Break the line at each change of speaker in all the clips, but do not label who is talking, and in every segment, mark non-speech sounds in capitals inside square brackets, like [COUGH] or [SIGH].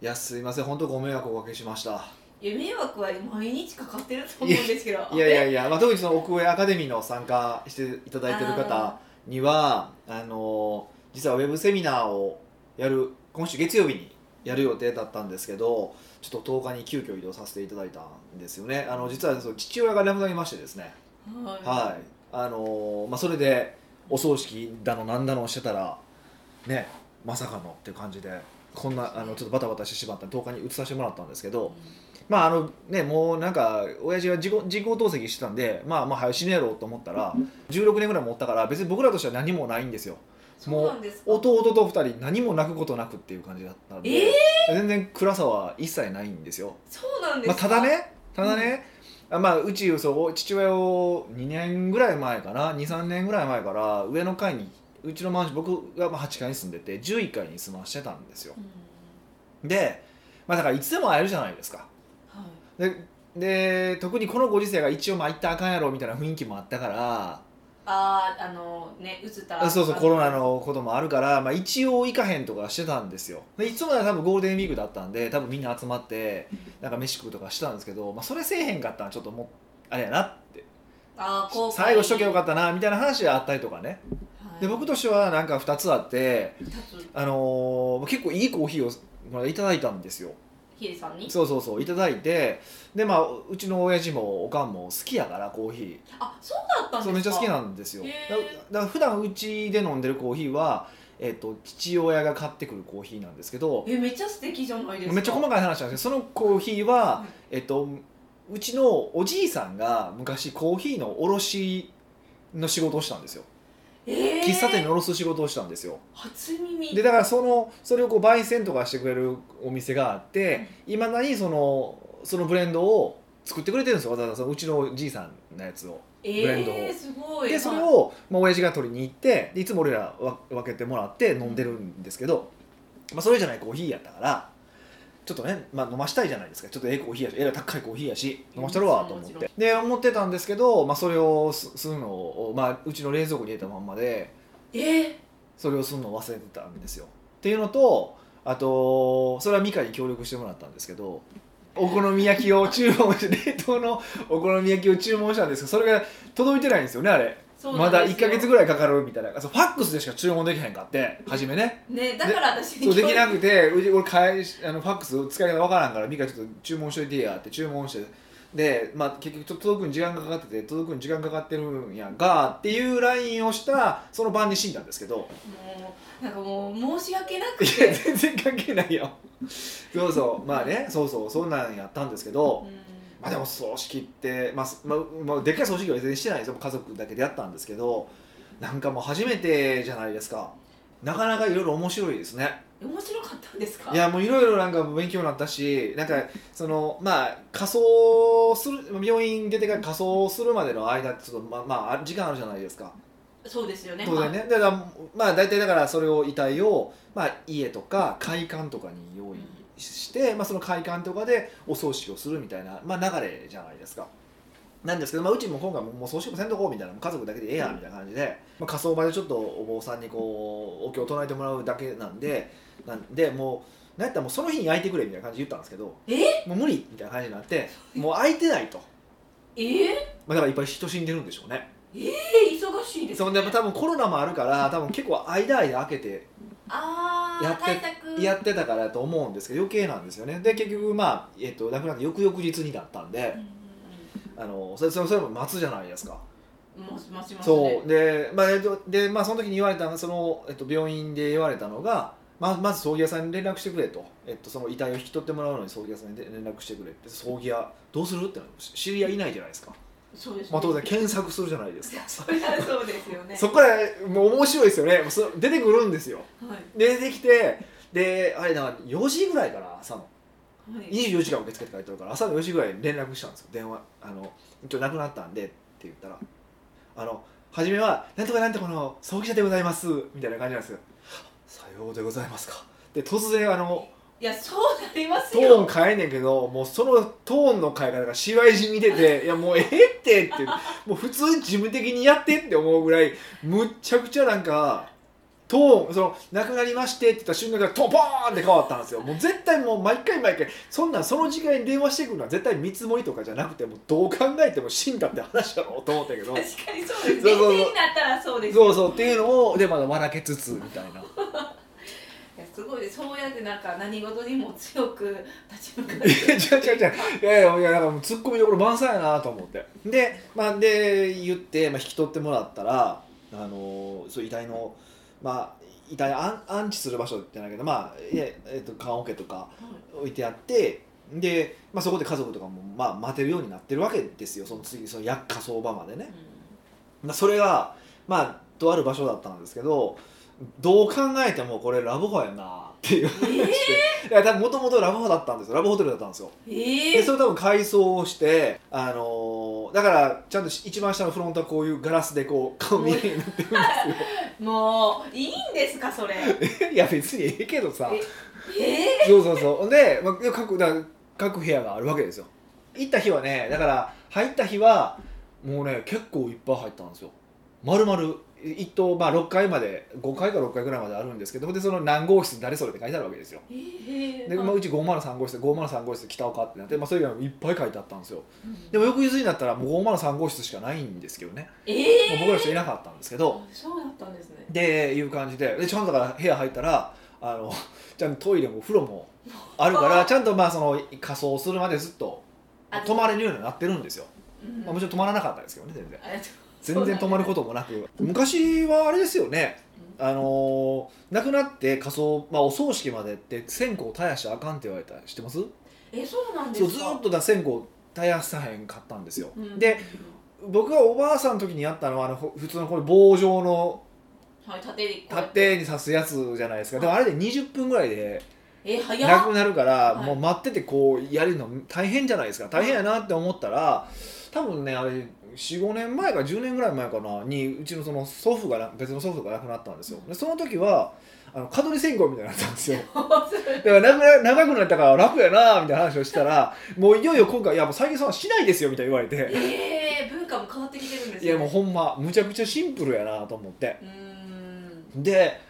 いやすいません本当ご迷惑をおかけしました
いや迷惑は毎日かかってると思うんですけど
いやいやいや、まあ、特にその奥越アカデミーの参加していただいてる方にはあの実はウェブセミナーをやる今週月曜日にやる予定だったんですけどちょっと10日に急遽移動させていただいたんですよねあの実はその父親が亡くなりましてですね
は
はいあのまあ、それでお葬式だのなんだのしてたらねまさかのっていう感じでこんなあのちょっとバタバタしてしまったんで10日に移させてもらったんですけ
い
ど、まああのねもうなんか親父は自己自己透析してたんでまあまあ早く死ねやろうと思ったら16年ぐらい持ったから別に僕らとしては何もないんですよ
そうなんですか
弟と2人何も泣くことなくっていう感じだったんで、
え
全然暗さは一切ないんですよ、
そうなんで
ますあ、た
か
だねただね、あまあ、うちそう父親を2年ぐらい前かな23年ぐらい前から上の階にうちのマンション僕がまあ8階に住んでて11階に住ましてたんですよ
うん
で、まあ、だからいつでも会えるじゃないですか
はい
でで特にこのご時世が一応まあ行ったらあかんやろみたいな雰囲気もあったから
あーあのねうつた
あそうそうコロナのこともあるから、まあ、一応行かへんとかしてたんですよでいつもなら多分ゴールデンウィークだったんで多分みんな集まってなんか飯食うとかしたんですけど、まあ、それせえへんかったらちょっともうあれやなって
あー後悔
最後しとけばよかったなみたいな話があったりとかね
はい
で僕としてはなんか2つあって、
立つ
あのー結構いいコーヒーをまあいただいたんですよ
ヒデさんに
そうそうそういただいてでまあうちの親父もおかんも好きやからコーヒー
あそうだったんですか
そうめっちゃ好きなんですよ
へ
だ
ー
だから普段うちで飲んでるコーヒーは、えっと父親が買ってくるコーヒーなんですけど
えめっちゃ素敵じゃないですか
めっちゃ細かい話なんですけどそのコーヒーは、
はい
えっとうちのおじいさんが昔コーヒーの卸の仕事をしたんですよ、
えー、
喫茶店に卸す仕事をしたんですよ
初耳
でだからそのそれをこう焙煎とかしてくれるお店があっていまだにそのそのブレンドを作ってくれてるんですよわざわざそのうちのおじいさんのやつを
え
レンドを
ー、すごい
でそれ
はい
を、まあ、親父が取りに行ってでいつも俺らわ分けてもらって飲んでるんですけど、まあ、それじゃないコーヒーやったからちょっとね、まあ、飲ましたいじゃないですかちょっとええコーヒーやしえらい高いコーヒーやし飲ましたるわと思っ
もちろ
てで思ってたんですけど、まあ、それをすするのを、まあ、うちの冷蔵庫に入れたまんまで
えー、
それをするのを忘れてたんですよっていうのとあとそれはミカに協力してもらったんですけどお好み焼きを注文して冷凍のお好み焼きを注文したんですけどそれが届いてないんですよねあれ
そうな
ま
んです
だ1か
よ
月ぐらいかかるみたいなそうファックスでしか注文できへんかって初めね
ねだから私
そうできなくてうち俺返しあのファックス使い方わからんから美香ちょっと注文しといてやって注文してで、まあ、結局ちょっと届くに時間かかってて届くに時間かかってるんやがっていうラインをしたその晩に死んだんですけど
もうなんかもう申し訳なく
いや
て
全然関係ないよそうそうまあねそうそうそんなんやったんですけど、まあ、でも葬式って、まあすまあまあ、でっかい葬式は全然してないですよ家族だけでやったんですけどなんかもう初めてじゃないですかなかなかいろいろ面白いですね
うん面白かったんですか
いやもういろいろなんか勉強になったしなんかそのまあ仮装する病院出てから仮装するまでの間ってちょっとまあまあ時間あるじゃないですか
そうですよね
当然ねだからまあ大体だからそれを遺体を、まあ、家とか会館とかに用意して、まあ、その会館とかでお葬式をするみたいな、まあ、流れじゃないですかなんですけど、まあ、うちも今回ももう葬式もせんとこうみたいなもう家族だけでええやんみたいな感じで、まあ、火葬場でちょっとお坊さんにこうお経を唱えてもらうだけなんでなんでもうなんやったらもうその日に焼いてくれみたいな感じで言ったんですけど
え
もう無理みたいな感じになってもう焼いてないと、ま
えー、え
あ、だからいっぱい人死んでるんでしょうね
忙しいです
そんでやっぱ多分コロナもあるから多分結構間間空けて
ああ
やって
対策
やってたからと思うんですけど余計なんですよねで結局まあ、えっと亡くなって翌々日にだったんで
うんうん
あのそれそれそれも待つじゃないですか、
うんもしもしもしね
そうで,、まあえっとでまあ、その時に言われたのがその、えっと、病院で言われたのがままず葬儀屋さんに連絡してくれと、えっと、その遺体を引き取ってもらうのに葬儀屋さんに連絡してくれって葬儀屋どうするってなる知り合いいないじゃないですか、
そうですね
まあ、当然検索するじゃないですか
そりゃ [LAUGHS] そうですよね
そこからもう面白いですよねもうそ出てくるんですよ
はい
出てきてであれだ4時ぐらいかな朝の
はい
24時間受付って書いてあるから朝の4時ぐらいに連絡したんですよ電話あの「一応亡くなったんで」って言ったら「あの初めはなんとかなんとかの葬儀社でございます」みたいな感じなんですよ「さようでございますか」で突然あの
いやそうなります
トーン
よ
変えんねんけどもうそのトーンの変え方がしわいじみ出て「い
[LAUGHS]
やもうええって」ってもう普通に事務的にやってって思うぐらいむっちゃくちゃなんかとその亡くなりましてって言った瞬間からトポーンって変わったんですよもう絶対もう毎回毎回そんなんその時間に電話してくるのは絶対見積もりとかじゃなくてもうどう考えても死んだって話だろうと思ったけど
確かにそう
そう
です。全
そうそう
然になったらそうですよ。
そうそうっていうのをでまだ笑けつつみたいない
やすごいです。そうやってなんか何事にも強く立ち向かっ
い
て。
や違う違う違ういやいやいやなんかもうツッコミどころ満載やなと思ってで,、まあ、で言って、まあ、引き取ってもらったらあのーそう遺体のまあ遺体安安置する場所じゃないけどまあいやえっと棺桶とか置いてあってで、まあ、そこで家族とかも、まあ、待てるようになってるわけですよその次その薬火葬場までね、まあ、それがまあとある場所だったんですけどどう考えてもこれラブホやなっていう話で、いや多分もともとラブホだったんですよラブホテルだったんですよ
うんえ
で
え
それ多分改装をして、あのーだからちゃんと一番下のフロントはこういうガラスでこう顔見えるようになってるんで
もういいんですかそれ。え
すよいや別にええけどさ
え
そうそうそうで、まあ、各だから各部屋があるわけですよ行った日はねだから入った日はもうね結構いっぱい入ったんですよ丸々一棟、まあ、6階まで5階か6階ぐらいまであるんですけどでその何号室誰それって書いてあるわけですよ
ええ
で、まあ、うち503号室503号室北岡ってなって、まあ、それ以外もいっぱい書いてあったんですよ
うん
でも翌日になったらもう503号室しかないんですけどね、
ええ
もう僕らしかいなかったんですけど
あそうだったんですね。
でいう感じででちゃんとだから部屋入ったらあのちゃんとトイレもお風呂もあるからちゃんとまあその仮装するまでずっと
あ
泊まれるようになってるんですよ、
うん
まあ、もちろん泊まらなかったですけどね全然
ありがとう
全然泊まることもなく昔はあれですよねあのー亡くなって仮装、まあ、お葬式までって線香絶やしゃあかんって言われた知ってます
えそうなんで
そう
す
ず
か。
ーっとだ線香絶やさへんかったんですよ、
うん
で僕がおばあさんの時にやったのはあのほ普通のこれ棒状の
はい縦にこうやって
縦に刺すやつじゃないですかでもあれで20分ぐらいで
え早
な
っ [LAUGHS]
くなるから
はい
もう待っててこうやるの大変じゃないですか大変やなって思ったら多分ねあれ45年前か10年ぐらい前かなにうちのその祖父がな別の祖父が亡くなったんですよでその時はあの蚊取り線香みたいになったんですよ [LAUGHS]
どうする
だからなくな長くなったから楽やなみたいな話をしたらもういよいよ今回いやもう最近そんなしないですよみたいに言われて
ええ文化も変わってきてるんです
い
ね
やもうほんまむちゃくちゃシンプルやなと思って
うーん
で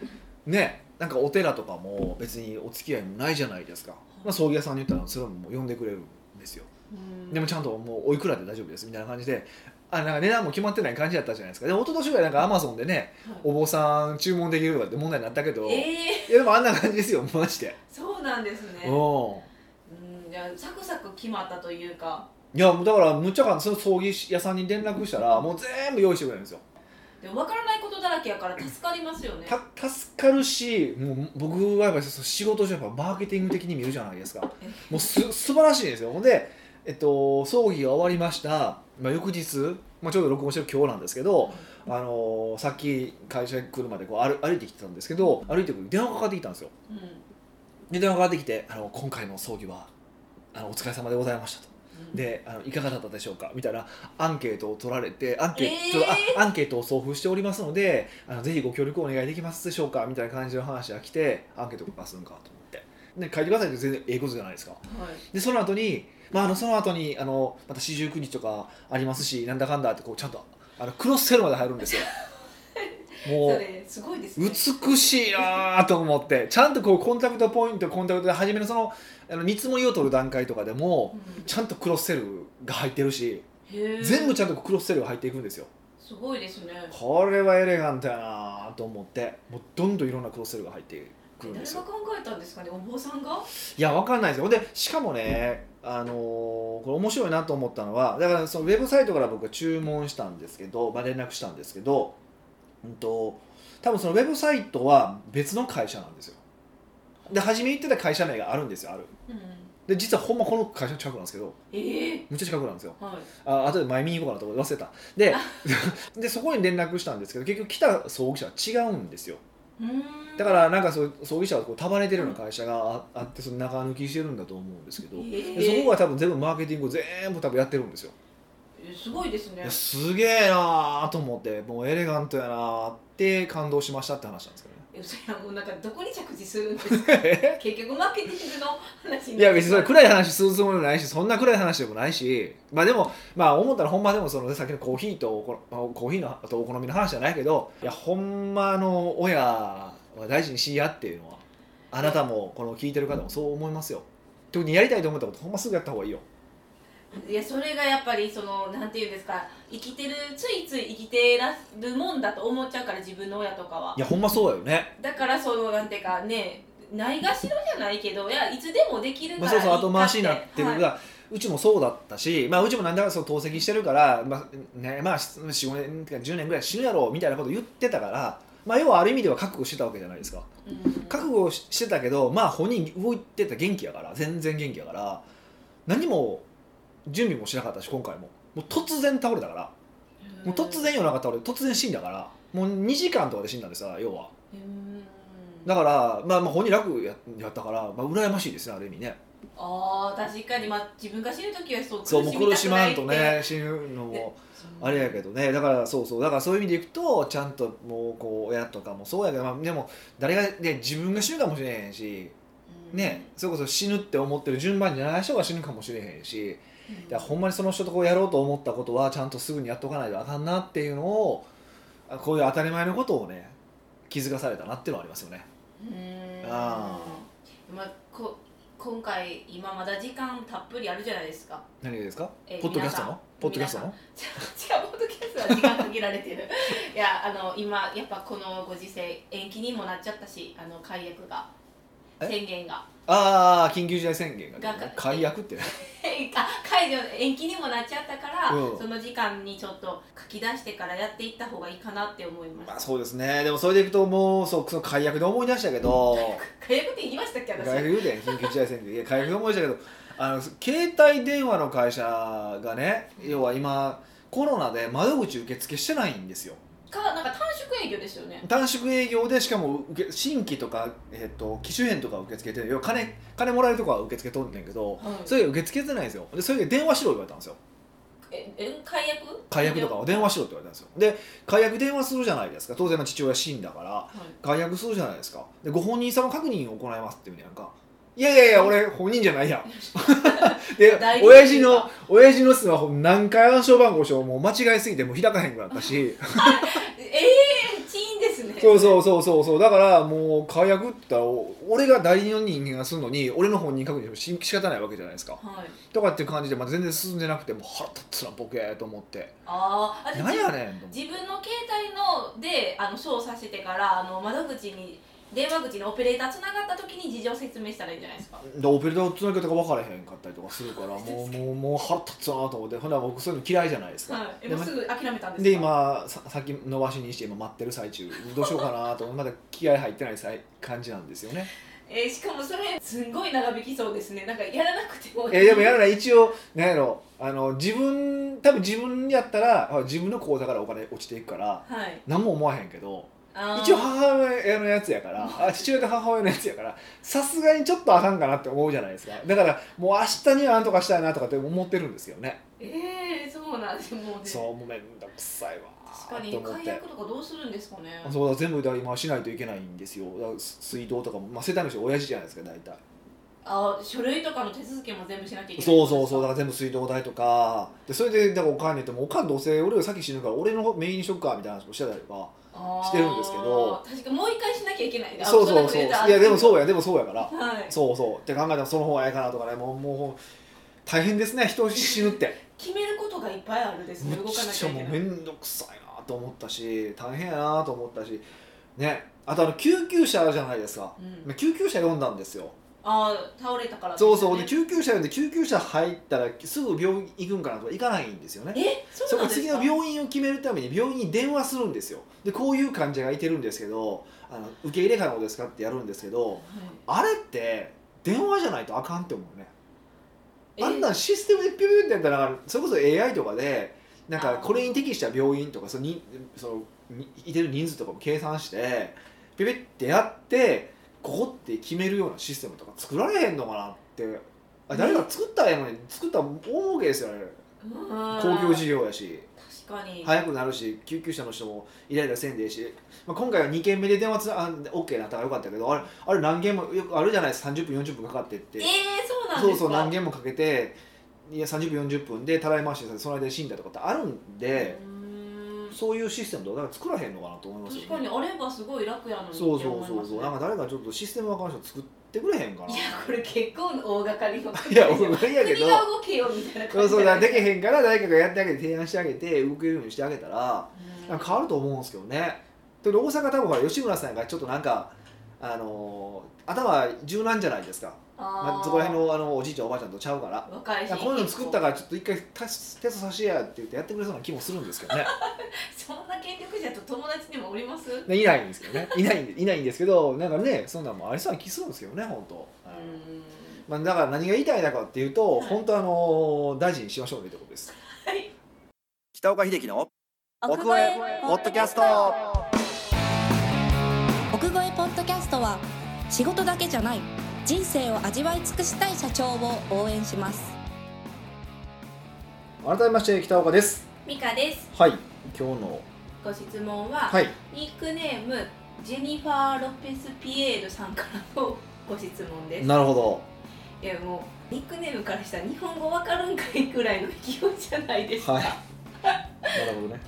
ねなんかお寺とかも別にお付き合いもないじゃないですか、まあ、葬儀屋さんに言ったらそれはもう呼んでくれるんですよ
うん
でもちゃんともうおいくらで大丈夫ですみたいな感じであなんか値段も決まってない感じだったじゃないですかでも一昨年ぐらいなんかアマゾンでね
はい
お坊さん注文できるとかって問題になったけど、
ええ
いやでもあんな感じですよマジで、
そうなんですね
うん
うんじゃあサクサク決まったというか
いやもうだからむっちゃかんその葬儀屋さんに連絡したらもう全部用意してくれるんですよ
でも分からないことだらけやから助かりますよね
た助かるしもう僕はやっぱりそう仕事上やっぱマーケティング的に見るじゃないですか
え
もうす素晴らしいんですよほんで、えっと、葬儀が終わりました、まあ、翌日、まあ、ちょうど録音してる今日なんですけど、あのーさっき会社に来るまでこう歩歩いてきてたんですけど歩いてくる電話がかかってきたんですよ
うん
で電話がかかってきて「あの今回の葬儀はあのお疲れ様でございました」と。
うん
であのいかがだったでしょうかみたいなアンケートを取られてアンケ,、
えー
ちょっとあアンケートを送付しておりますのであのぜひご協力お願いできますでしょうかみたいな感じの話が来てアンケートを出すんかと思ってで書いてくださいって全然ええことじゃないですか
はい
でその後に、まあ、あのその後にあのまた四十九日とかありますしなんだかんだってこうちゃんとあのクロスセルまで入るん
[LAUGHS]
ですよも
そうれすごいですね
美しいなぁと思ってちゃんとこうコンタクトポイントコンタクトで初めのそのあの見積もりを取る段階とかでも
うん
ちゃんとクロスセルが入ってるし
へえ
全部ちゃんとクロスセルが入っていくんですよ
すごいですね
これはエレガントやなぁと思ってもうどんどんいろんなクロスセルが入ってくるん
誰
です
が
よ
考えたんですかねお坊さんが
いやわかんないですよほんでしかもね、あのーこれ面白いなと思ったのはだからそのウェブサイトから僕は注文したんですけど、まあ、連絡したんですけど、うん、と多分そのウェブサイトは別の会社なんですよで初め言ってた会社名があるんですよある
うん
で実はほんまこの会社の近くなんですけど
ええ
むっちゃ近くなんですよ
はい
あ後で前見に行こうかなと思って忘れたで [LAUGHS] でそこに連絡したんですけど結局来た葬儀者は違うんですよ
うーん
だからなんかそう葬儀者をこう束ねてるような会社がああってその中抜きしてるんだと思うんですけど
え
で
え
そこが多分全部マーケティングを全部多分やってるんですよ、
えすごいです
い
ね
やすげえなーと思ってもうエレガントやなーって感動しましたって話なんですけどね
いやそれはもうなんかどこに着地するんです
[LAUGHS]
か結局マーケティングの話に
いや別にそれ
い
暗い話するつもりもないしそんな暗い話でもないしまあでもまあ思ったらほんまでもそのねさっきのコーヒーとおこまあコーヒーのとお好みの話じゃないけどいやほんまあの親は大事にしいやっていうのはあなたもこの聞いてる方もそう思いますよ特にやりたいと思ったことほんますぐやった方がいいよ
いやそれがやっぱりそのなんていうんですか生きてるついつい生きてらるもんだと思っちゃうから自分の親とかはい
やほんまそうだよね
だからそのなんていうかねないがしろじゃないけどいやいつでもできるか
まあ、
ら
そうそう
いいか
後回しになってる
は
か
い
ら、うちもそうだったし、まあ、うちもなんだかその透析してるから、まあねまあ、45年とか10年ぐらい死ぬやろみたいなこと言ってたから、まあ、要はある意味では覚悟してたわけじゃないですか
うん
覚悟ししてたけど、まあ、本人動いてた元気やから全然元気やから何も準備もしなかったし今回ももう突然倒れたからもう突然夜中倒れて突然死んだからもう2時間とかで死んだんですよ要は
うん
だから、まあ、まあ本人楽ややったから、まあ、羨ましいですねある意味ね
ああ確かにまあ自分が死ぬ時はそう
そうもう苦しまんと
苦しみたくないって
ね死ぬのも
そう
あれやけどねだからそうそうだからそういう意味でいくとちゃんともうこう親とかもそうやけど、まあ、でも誰が、ね、自分が死ぬかもしれへんし、
うん
ね、それこそ死ぬって思ってる順番じゃない人が死ぬかもしれへんし
うん
だからほんまにその人とこうやろうと思ったことはちゃんとすぐにやっとかないとあかんなっていうのをあこういう当たり前のことをね気づかされたなっていうのはありますよね。
うん
あ
まあこ今回今まだ時間たっぷりあるじゃないですか
何がですか
え
ポッドキャスト
皆さん
のポッドキャストの
[LAUGHS] 違うポッドキャストは時間限られて
[LAUGHS]
るいやあの今やっぱこのご時世延期にもなっちゃったしあの解約が
え
宣言が [LAUGHS]
ああ緊急事態宣言が、
が
ね、解約ってね
あ解除延期にもなっちゃったから、
うん
その時間にちょっと書き出してからやっていった方がいいかなって思いま
まあ
す
そうですねでもそれでいくともうそうその解約で思い出したけ
[LAUGHS]
ど
解約って言いましたっけ私
解約言うてん緊急事態宣言いや解約で思い出したけどあの携帯電話の会社がね要は今コロナで窓口受付してないんですよ
かなんか短縮営業ですよね
短縮営業でしかも受け新規とか、えっと機種変とか受け付けて要は金金もらえるとこは受け付けとんねんけど
はい
それが受け付けてないんですよでそれで電話しろ言われたんですよ
ええ解約
解約とか
は
は電話しろって言われたんですよで解約電話するじゃないですか当然まあ父親死んだから
い
解約するじゃないですかでご本人様確認を行いますっていうねやんかいやいやいや俺本人じゃないや
[LAUGHS]
んで
代理人
親父の親父のスマホ何回暗証番号しようもう間違いすぎてもう開かへんくなった
[LAUGHS]
し
ええー、チーンですね
そう
う
そうそうそうそうだからもう解約って言ったらお俺が代理人の人間がするのに俺の本人確認もし仕方ないわけじゃないですか
はい
とかっていう感じで、まあ、全然進んでなくてもう腹立つなボケーと思って
あーあじゃあ
何やねんと思って
自分の携帯のであの操作してからあの窓口に電話口のオペレーターつながった時に事情説明したらいいんじゃないですか
でオペレーターのつなぎ方が分からへんかったりとかするからもうもうもう腹立つなと思ってほんなら僕そういうの嫌いじゃないですか、
はいえ
で
もうすぐ諦めたんですか
で今さ先延ばしにして今待ってる最中どうしようかなと思ってまだ気合入ってないさい感じなんですよ
[LAUGHS]
ね
えーしかもそれすんごい長引きそうですねなんかやらなくても
えでもやらない一応何やろあの自分多分自分やったらあ自分の口座からお金落ちていくから
はい
何も思わへんけど
あー
一応母親のやつやからあ父親と母親のやつやからさすがにちょっとあかんかなって思うじゃないですかだからもう明日にはなんとかしたいなとかって思ってるんですけどね
えー、そうなんですもうね
そうもうめんどくさいわ
確かに
と思っ
解
て
約とかどうするんですかね
そうだ全部だから今しないといけないんですよだからす水道とかも、まあ、世帯の人親父じゃないですか大体
あー書類とかの手続きも全部しなきゃいけない
そうそうそうだから全部水道代とかでそれでだからおかんに言っても「おかんどうせ俺より先死ぬから俺のメインにしとくか」みたいな話もしてたりとか
あー
してるんですけど
確かもう一回しなきゃいけない
そうそうそういやでも
う
そうやでもそうやから
はい
そうそうって考えたらその方がええかなとかねもうもう大変ですね人死ぬって
決めることがいっぱいあるですね動
め
か
っ
なき
ち
ゃ
ゃ
いけ
もう
ない
面倒くさいなと思ったし大変やなと思ったしねあとあの救急車あるじゃないですか
うん
まあ救急車呼んだんですよ
ああ倒れたから
そうそうで
です
救急車呼んで救急車入ったらすぐ病院行くんかなとか行かないんですよね
ねえそ
そう
な
こ
んです
次
か
の病院を決めるために病院に電話するんですよでこういう患者がいてるんですけどあの受け入れ可能ですかってやるんですけどあれって電話じゃないとあかんって思うねあ
はい
んなんシステムでピュピュってやったらなんかそれこそ AI とかでなん
あ
か
ー
これに適した病院とかそのにそのにいてる人数とかも計算してピュピュってやってここって決めるようなシステムとか作られへんのかなってあ誰か作ったらええのに作ったら大儲けですよね
えーうん
公共事業やし。
確かに、
早くなるし救急車の人もイライラせんでええし、まあ、今回は2件目で電話つなあ OK なったからよかったけどあれあれ何件もよくあるじゃないですか30分40分かかってって
えー、そうなんですか
そうそう何件もかけていや30分40分でたらい回しにされてその間に死んだとかってあるんで、
うーん
そういうシステムとかなんか作らへんのかなと思いますよ
確かにあればすごい楽やのにって
そうそ
思いうます、ね、
そうそうなんか誰かちょっとシステムわからん人作ってくれへんかない
やこれ結構大掛かりのこと
い
です
や
よ
俺もやけ
国
ど
が動けよみたいな
そ
感
う
じ
そう
じゃ
だ
な
から
い
できへんから誰かがやってあげて提案してあげて動けるようにしてあげたら
うん
なんか変わると思うんですけどねで大阪多分ほら吉村さんがちょっとなんかあのー頭柔軟じゃないですかま
あ
あ、
ー
そこら辺のあのおじいちゃんおばあちゃんとちゃうから
若い
いや
し
こういうの作ったからちょっと一回テスト差しやって言ってやってくれそうな気もするんですけどね
そんな権力者と友達でもおりますう
ねいないんですけ
[LAUGHS]
どねいないんでいないんですけどなんかねそんなんもありそうな気するんですけどね本当、
ー
はい
ん
まあ、だから何が言いたいのかっていうと、
はい
本当あの大事にしましょうねってことです
はい
北岡秀樹の奥越えポッドキャスト
奥越えポッドキャストは仕事だけじゃない人生を味わい尽くしたい社長を応援します
改めまして北岡です
ミカです
はい今日の
ご質問は、
はい
ニックネームジェニファー・ロペス・ピエールさんからのご質問です
なるほど
いやもうニックネームからしたら日本語わかるんかいくらいの勢いじゃないですか、
はいなるほどね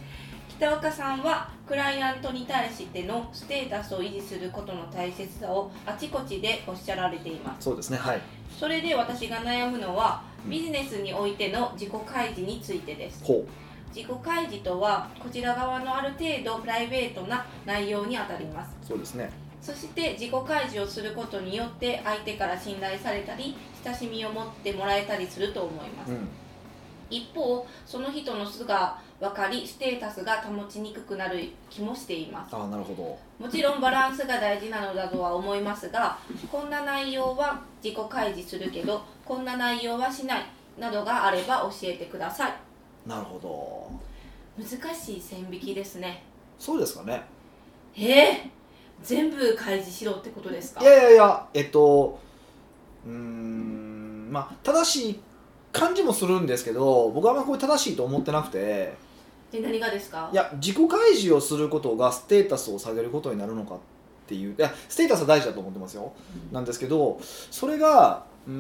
北岡さんはクライアントに対してのステータスを維持することの大切さをあちこちでおっしゃられています
そうですねはい
それで私が悩むのは
うん
ビジネスにおいての自己開示についてです
ほう
自己開示とはこちら側のある程度プライベートな内容にあたります
そうですね
そして自己開示をすることによって相手から信頼されたり親しみを持ってもらえたりすると思います
うん
一方その人の素が分かりステータスが保ちにくくなる気もしています
ああなるほど
もちろんバランスが大事なのだとは思いますがこんな内容は自己開示するけどこんな内容はしないなどがあれば教えてください
なるほど
難しい線引きですね
そうですかね
ええ全部開示しろってことですか
いやいやいやえっとうーんまあ正しい感じもするんですけど僕はあんまこれ正しいと思ってなくて
で何がですか
いや自己開示をすることがステータスを下げることになるのかっていういやステータスは大事だと思ってますよなんですけどそれがうー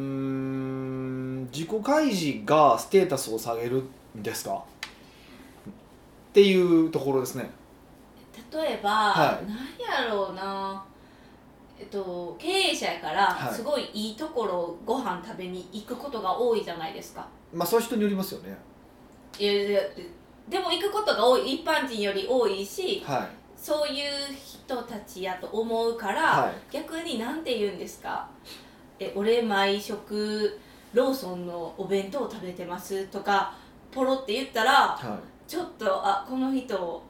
ん自己開示がステータスを下げるんですかっていうところですね
例えば、
は
何やろうなえっと、経営者やから、
はい
すごいいいところご飯食べに行くことが多いじゃないですか
まあそういう人によりますよね
いやいやでも行くことが多い一般人より多いし
はい
そういう人たちやと思うから、
は
逆になんて言うんですかえ俺毎食ローソンのお弁当を食べてますとかポロって言ったら
いはい
ちょっとあこの人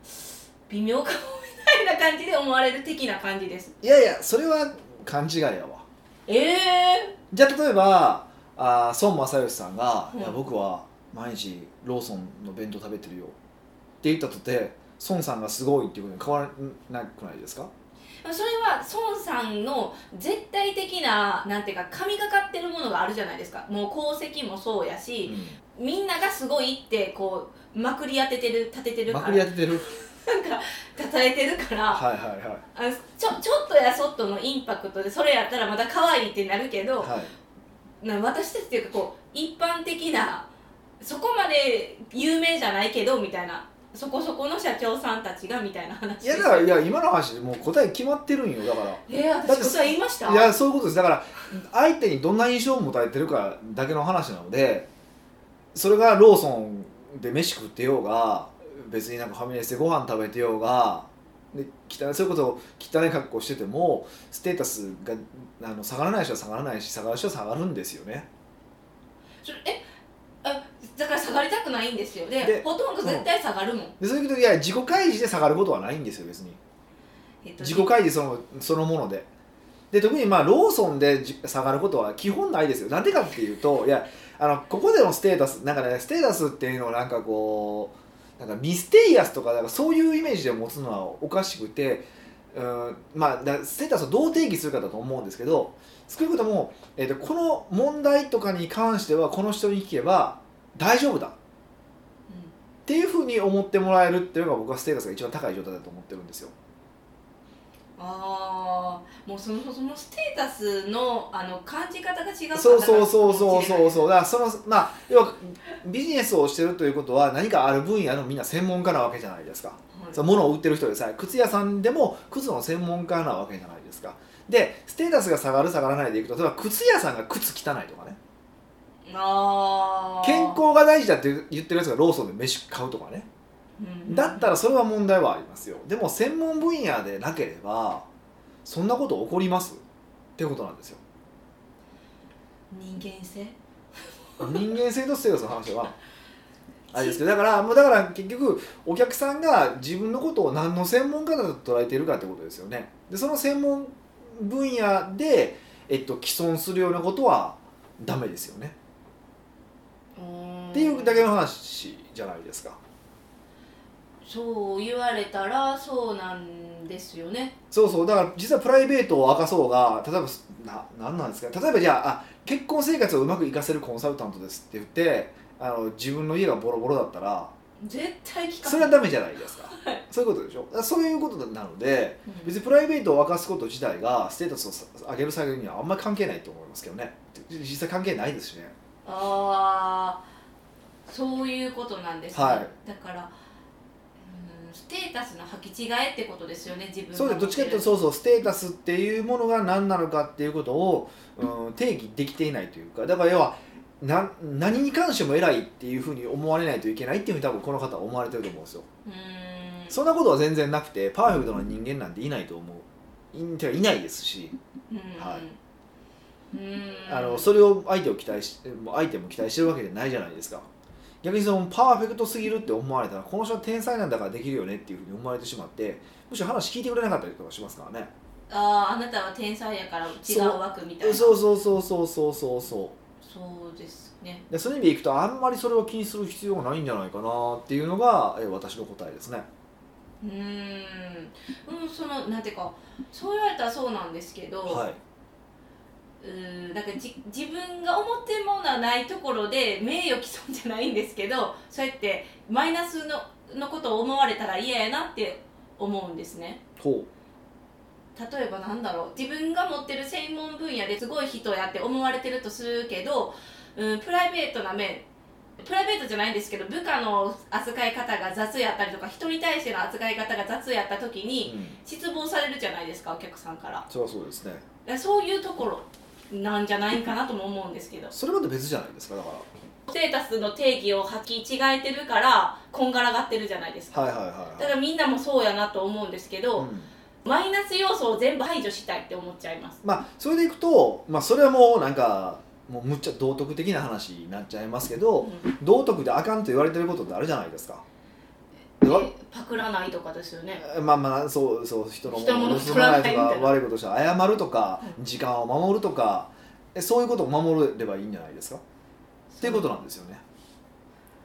微妙かもみたいな感じで思われる的な感じです
いやいやそれは勘違いやわ
ええ
じゃあ例えばあー孫正義さんが「
うん
いや僕は毎日ローソンの弁当食べてるよ」って言ったとて孫さんがすごいっていうことに変わらなくないですか
それは孫さんの絶対的ななんていうか神がかってるものがあるじゃないですかもう功績もそうやし、
う
みんながすごいってこうまくり当ててる立てて
ん
る
ま
か
くり
ら
当ててる
たえてるから、
はいはいはい
あのちょちょっとやそっとのインパクトでそれやったらまた可愛いってなるけど、
はい
な私たちっていうかこう一般的なそこまで有名じゃないけどみたいなそこそこの社長さんたちがみたいな話
いやだからいや今の話もう答え決まってるんよだから
えー、
だって
私答え言いました
いやそういうことですだから相手にどんな印象を持たれてるかだけの話なのでそれがローソンで飯食ってようが別になんかファミレスでご飯食べてようがで汚いそういうことを汚い格好しててもステータスがあの下がらない人は下がらないし下がる人は下がるんですよね
それえあだから下がりたくないんですよで
で
ほとんど絶対下がるもん、
でそういうこといや自己開示で下がることはないんですよ別に
えっと
自己開示そのそのものでで特にまあローソンでじ下がることは基本ないですよなんでかっていうといやあのここでのステータスなんかねステータスっていうのをなんかこうなんかミステリアスとかなんかそういうイメージで持つのはおかしくてうんまあだステータスをどう定義するかだと思うんですけど少なくとも、えー、とこの問題とかに関してはこの人に聞けば大丈夫だ
う
っていうふうに思ってもらえるっていうのが僕はステータスが一番高い状態だと思ってるんですよ
ああもうそもそもステータスのあの感じ方が違うから
そうそうそうそう
か
そ
も
う
し
そうだからそのまあ要はビジネスをしてるということは何かある分野のみんな専門家なわけじゃないですか
れない
その物を売ってる人でさえ靴屋さんでも靴の専門家なわけじゃないですかでステータスが下がる下がらないでいくと例えば靴屋さんが靴汚いとかね
あー
健康が大事だって言ってるやつがローソンで飯買うとかね
うん
だったらそれは問題はありますよでも専門分野でなければそんなこと起こりますってことなんですよ
人間性
人間性とステータスの話はあれですけどだからもうだから結局お客さんが自分のことを何の専門家だと捉えているかってことですよねでその専門分野で、えっと、既存するようなことはダメですよね
っ
っていうだけの話じゃないですか
そう言われたらそうなんですよね
そうそうだから実はプライベートを明かそうが例えばななんなんですか例えばじゃああ結婚生活をうまくいかせるコンサルタントですって言ってあの自分の家がボロボロだったら
絶対聞か
それはダメじゃないですか、そういうことでしょだからそういうことなので別にプライベートを明かすこと自体がステータスを上げる下げるにはあんまり関係ないと思いますけどね実際関係ないですしね
ああそういうことなんですね、
はい
だからうんステータスの履き違えってことですよね自分が
そうでどっちかというとそうそうステータスっていうものが何なのかっていうことを、うん、定義できていないというかだから要はな何に関しても偉いっていうふうに思われないといけないっていうふうに多分この方は思われてると思うんですよ
うーん
そんなことは全然なくてパーフェクトな人間なんていないと思ういんてかいないですし
うん
はいう
ーん
あのそれを相手を期待し相手も期待してるわけじゃないじゃないですか逆にそのパーフェクトすぎるって思われたらこの人は天才なんだからできるよねっていうふうに思われてしまってむしろ話聞いてくれなかったりとかしますからね
あああなたは天才やから違う枠みたいな
そうそうそうそうそうそうそう
そうですね
でそういう意味でいくとあんまりそれを気にする必要がないんじゃないかなっていうのがえー私の答えですね
うーんうんそのなんていうかそう言われたらそうなんですけど、
はいう
ーんなんかじ自分が思ってるものはないところで名誉毀損じゃないんですけどそうやってマイナスののことを思われたら嫌やなって思うんですね
ほ
例えばなんだろう自分が持ってる専門分野ですごい人やって思われてるとするけど、うん、プライベートな面プライベートじゃないんですけど部下の扱い方が雑やったりとか人に対しての扱い方が雑やった時
う、う
に
ん、
失望されるじゃないですかお客さんから
それはそうですね
だからそういうところなんじゃないかなとも思うんですけど
それまた別じゃないですかだか
ステータスの定義を履き違えてるからこんがらがってるじゃないです
ら
か
はいはいはい
だ
はい
からみんなもそうやなと思うんですけど、
うん
マイナス要素を全部排除したいって思っちゃいます
まあそれでいくと、まあ、それはもうなんかもうむっちゃ道徳的な話になっちゃいますけど、
うん
道徳であかんと言われてることってあるじゃないですか。でわ
えパクらないとかですよね
まあまあそうそう人のも
人のも
の
の
を盗まないと
取
から
ないみたいな
悪いことしたら謝るとか
う
時間を守るとかえそういうことを守れればいいんじゃないですかっていうことなんですよね。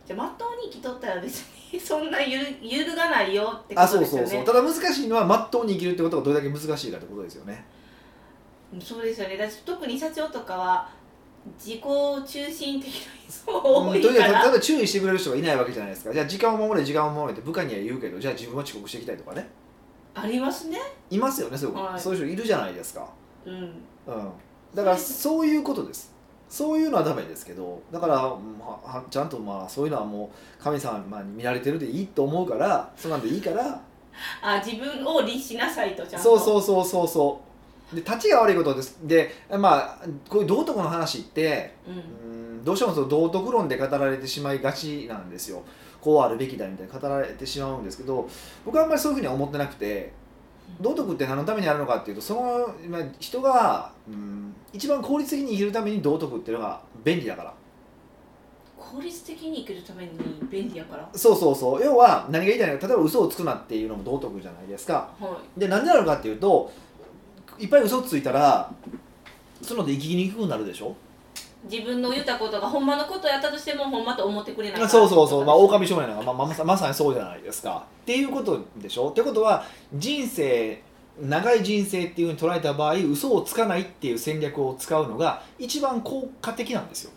じゃあまっとうに生きとったら別に [LAUGHS] そんなゆる揺るがないよってこ
あ
と
そう
です
そ
よ
うそう
ね
ただ難しいのはまっとうに生きるってことがどれだけ難しいかってことですよね。
うんそうですよねだって特に社長とかは自己中心的な人 [LAUGHS] が多い
とにか
か
くた
ら
だ注意してくれる人がいないわけじゃないですかじゃあ時間を守れ時間を守れって部下には言うけどじゃあ自分は遅刻していきたいとかね
ありますね
いますよねそういう,、
はい
そういう人いるじゃないですか。
うん
うん、だからそういうことですそういうのはダメですけどだから、うんははちゃんとまあそういうのはもう神様に見られてるでいいと思うからそうなんでいいから
あ自分を律しなさいとちゃんと
そうそうそうそうそうで立ちが悪いことですでまあこういう道徳の話って
うん、
うんどうしてもその道徳論で語られてしまいがちなんですよこうあるべきだみたいに語られてしまうんですけど僕はあんまりそういうふうには思ってなくて道徳って何のためにあるのかっていうとそのまあ人が、うん、一番効率的に生きるために道徳っていうのが便利だから
効率的に生きるために便利やから
そうそうそう要は何が言いたいのか例えば嘘をつくなっていうのも道徳じゃないですか
は
で何でなのかっていうといっぱい嘘をついたらそういうので生きにくくなるでしょ
い自分の言ったことがほんまのことやったとしてもほんまと思ってくれないから
そうそうそう、まあ、
ってことで
狼少年なんか、まあ、まさまさにそうじゃないですかっていうことでしょってことは人生長い人生っていうふうに捉えた場合嘘をつかないっていう戦略を使うのが一番効果的なんですよ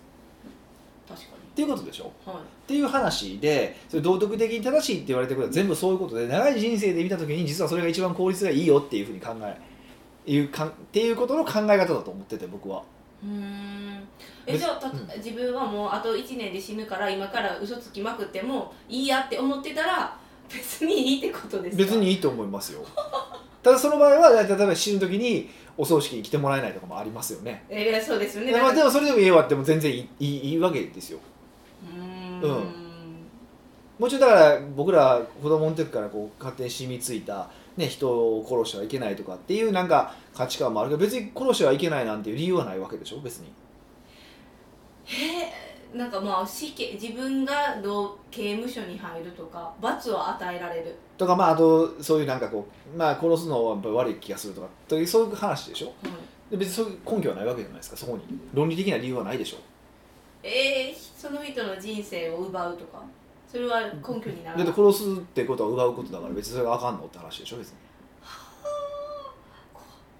確か
ていうことでしょ
にはい
っていう話でそれ道徳的に正しいって言われてることは全部そういうことで長い人生で見た時に実はそれが一番効率がいいよっていうふうに考えいうかんっていうことの考え方だと思ってて僕は
うーんえじゃあた
うん
自分はもうあと1年で死ぬから今から嘘つきまくってもいいやって思ってたら別にいいってことですか
別にいいと思いますよただその場合は例えば死ぬ時にお葬式に来てもらえないとかもありますよね
えーそうですよね
まあ、
なんか
でもそれでもええわっても全然いいいいいいわけですよ
うーん
うもちろんだから僕ら子供の時からこう勝手に染みついた、ね、人を殺してはいけないとかっていうなんか価値観もあるけど別に殺してはいけないなんていう理由はないわけでしょ別に
えなんかまあ死刑自分がどう刑務所に入るとか罰を与えられる
とかまああとそういうなんかこう、まあ、殺すのはやっぱり悪い気がするとかというそういう話でしょ
はい
で別にそういう根拠はないわけじゃないですかそこに論理的な理由はないでしょ
えーその人の人生を奪うとかそれは根拠にな
だ
ら
っ
な
て
い
殺すってことは奪うことだから別にそれがあかんのって話でしょ別に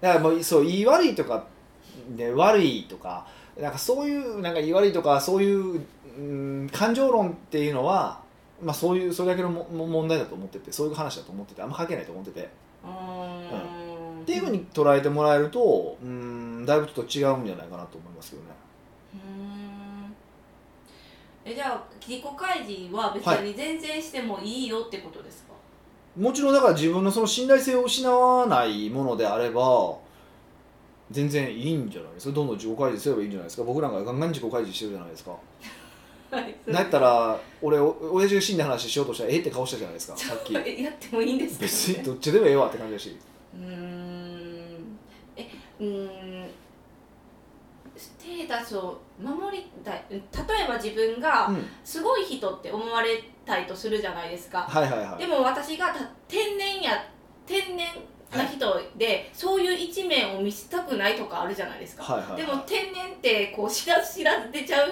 だからもうそう言い悪いとか、ね、悪いとかなんかそういうなんか言い悪いとかそういう、うん、感情論っていうのは、まあ、そういうそれだけのもも問題だと思っててそういう話だと思っててあんま関係ないと思っててっ
うーん
ていうふうに捉えてもらえるとうんだいぶちょっと違うんじゃないかなと思いますけどね
うーんえじゃあ自己開示は別に全然してもいいよってことですか、
もちろんだから自分のその信頼性を失わないものであれば全然いいんじゃないですかどんどん自己開示すればいいんじゃないですか僕なんかガンガン自己開示してるじゃないですか
はい
なんやったら俺お親父が死んだ話しようとしたらえって顔したじゃないですかさっき
そう [LAUGHS] えやって [LAUGHS] もいいんですか
別にどっちでもええわって感じだし
うーんえうーんステータスを守りたい例えば自分
う
が
ん
すごい人って思われたいとするじゃないですか、
はいはいは
で
い
も私がた天然や天然な人で、そういう一面を見せたくないとかあるじゃないですか、
はいはいはい
でも天然ってこう知らず知らず出ちゃう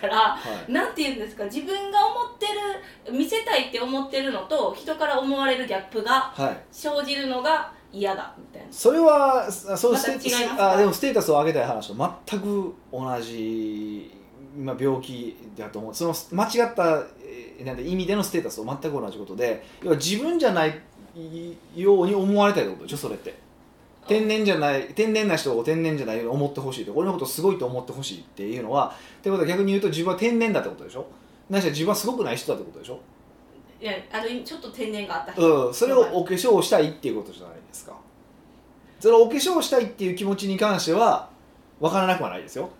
から
はい
なんて言うんですか自分が思ってる見せたいって思ってるのと人から思われるギャップが
はい
生じるのが嫌だみたいな
それはあそのステ
また違います
ー
か
あでもステータスを上げたい話と全く同じ、まあ、病気だと思うその間違ったえーなんて意味でのステータスと全く同じことで要は自分じゃないように思われたいってことでしょそれって天然じゃない天然な人を天然じゃないように思ってほしいと俺のことすごいと思ってほしいっていうのはってことは逆に言うと自分は天然だってことでしょないしは自分はすごくない人だってことでしょ
いやある意味ちょっと天然があった人、
うん、それをお化粧したいっていうことじゃないですかそれをお化粧したいっていう気持ちに関しては分からなくはないですよ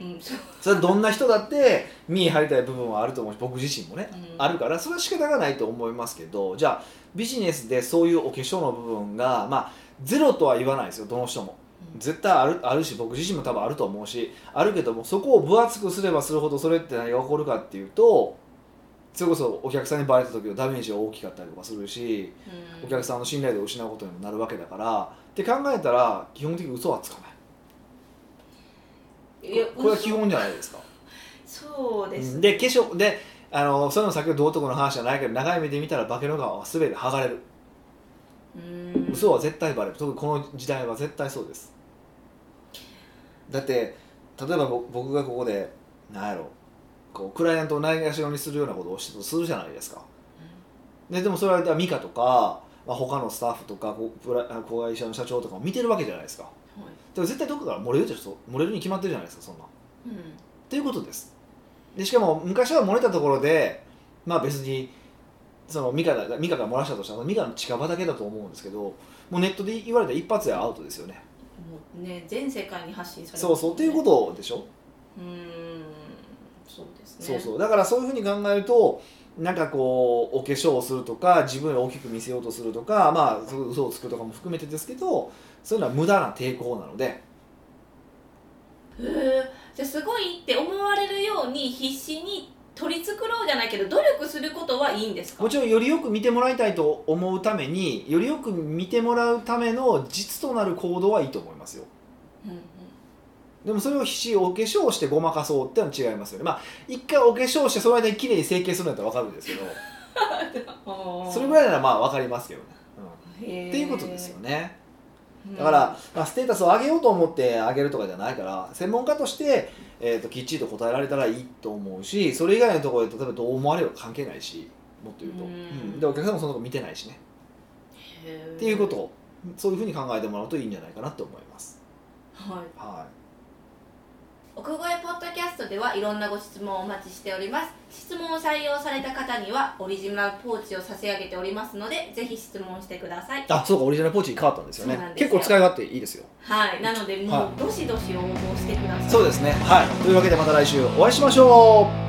うんそう
それはどんな人だって見え張りたい部分はあると思うし僕自身もね
うん
あるからそれは仕方がないと思いますけどじゃあビジネスでそういうお化粧の部分がまあゼロとは言わないですよどの人も
うん
絶対あるあるし僕自身も多分あると思うしあるけどもそこを分厚くすればするほどそれって何が起こるかっていうとそれこそお客さんにバレた時のダメージが大きかったりとかするし
うん
お客さんの信頼度を失うことにもなるわけだからって考えたら基本的に嘘はつかない
いや
これは基本じゃないですか
そうです、
で化粧であのそれも先ほど道徳の話じゃないけど長い目で見たら化けの皮は全て剥がれる
うん
嘘は絶対バレる特にこの時代は絶対そうですだって例えばぼ僕がここでなんやろこうクライアントをないがしろにするようなことをしてとするじゃないですかででもそれはミカとか、まあ、他のスタッフとかこうプラ子会社の社長とかを見てるわけじゃないですか
はい
でも絶対どこかから漏れるでしょ漏れるに決まってるじゃないですかそんなっ
うん
ていうことですでしかも昔は漏れたところでまあ別にそのミカだミカが漏らしたとしたらミカの近場だけだと思うんですけどもうネットで言われたら一発でアウトですよね
もうね全世界に発信されて
そうそうっていう
と
ことでしょ、
うーんそうですね
そうそうだからそういうふうに考えるとなんかこうお化粧をするとか自分を大きく見せようとするとかまあそういう嘘をつくとかも含めてですけどそういうのは無駄な抵抗なので
へえじゃあすごいって思われるように必死に取り繕うじゃないけど努力することはいいんですか
もちろんよりよく見てもらいたいと思うためによりよく見てもらうための実となる行動はいいと思いますよ
うんうん
でもそれを必死お化粧をしてごまかそうってのは違いますよねまあ一回お化粧してその間に綺麗に整形するんだったら分かるんですけど
あー
それぐらいならまあ分かりますけどね、
へ
う
え
ん、っていうことですよねだから、まあ、ステータスを上げようと思って上げるとかじゃないから専門家としてえー、ときっちりと答えられたらいいと思うしそれ以外のところで例えばどう思われるか関係ないしもっと言うと、
うん
うんでお客さんもそのとこ見てないしね
っ
っていうことをそういうふうに考えてもらうといいんじゃないかなと思います。
はい
は
奥越ポッドキャストではいろんなご質問をお待ちしております質問を採用された方にはオリジナルポーチを差し上げておりますのでぜひ質問してください
い、あそうかオリジナルポーチに変わったんですよね
そうなんですよ
結構使い勝手いいですよ
はいなのでも
は
うどしどし応募してください
そうですねはいというわけでまた来週お会いしましょう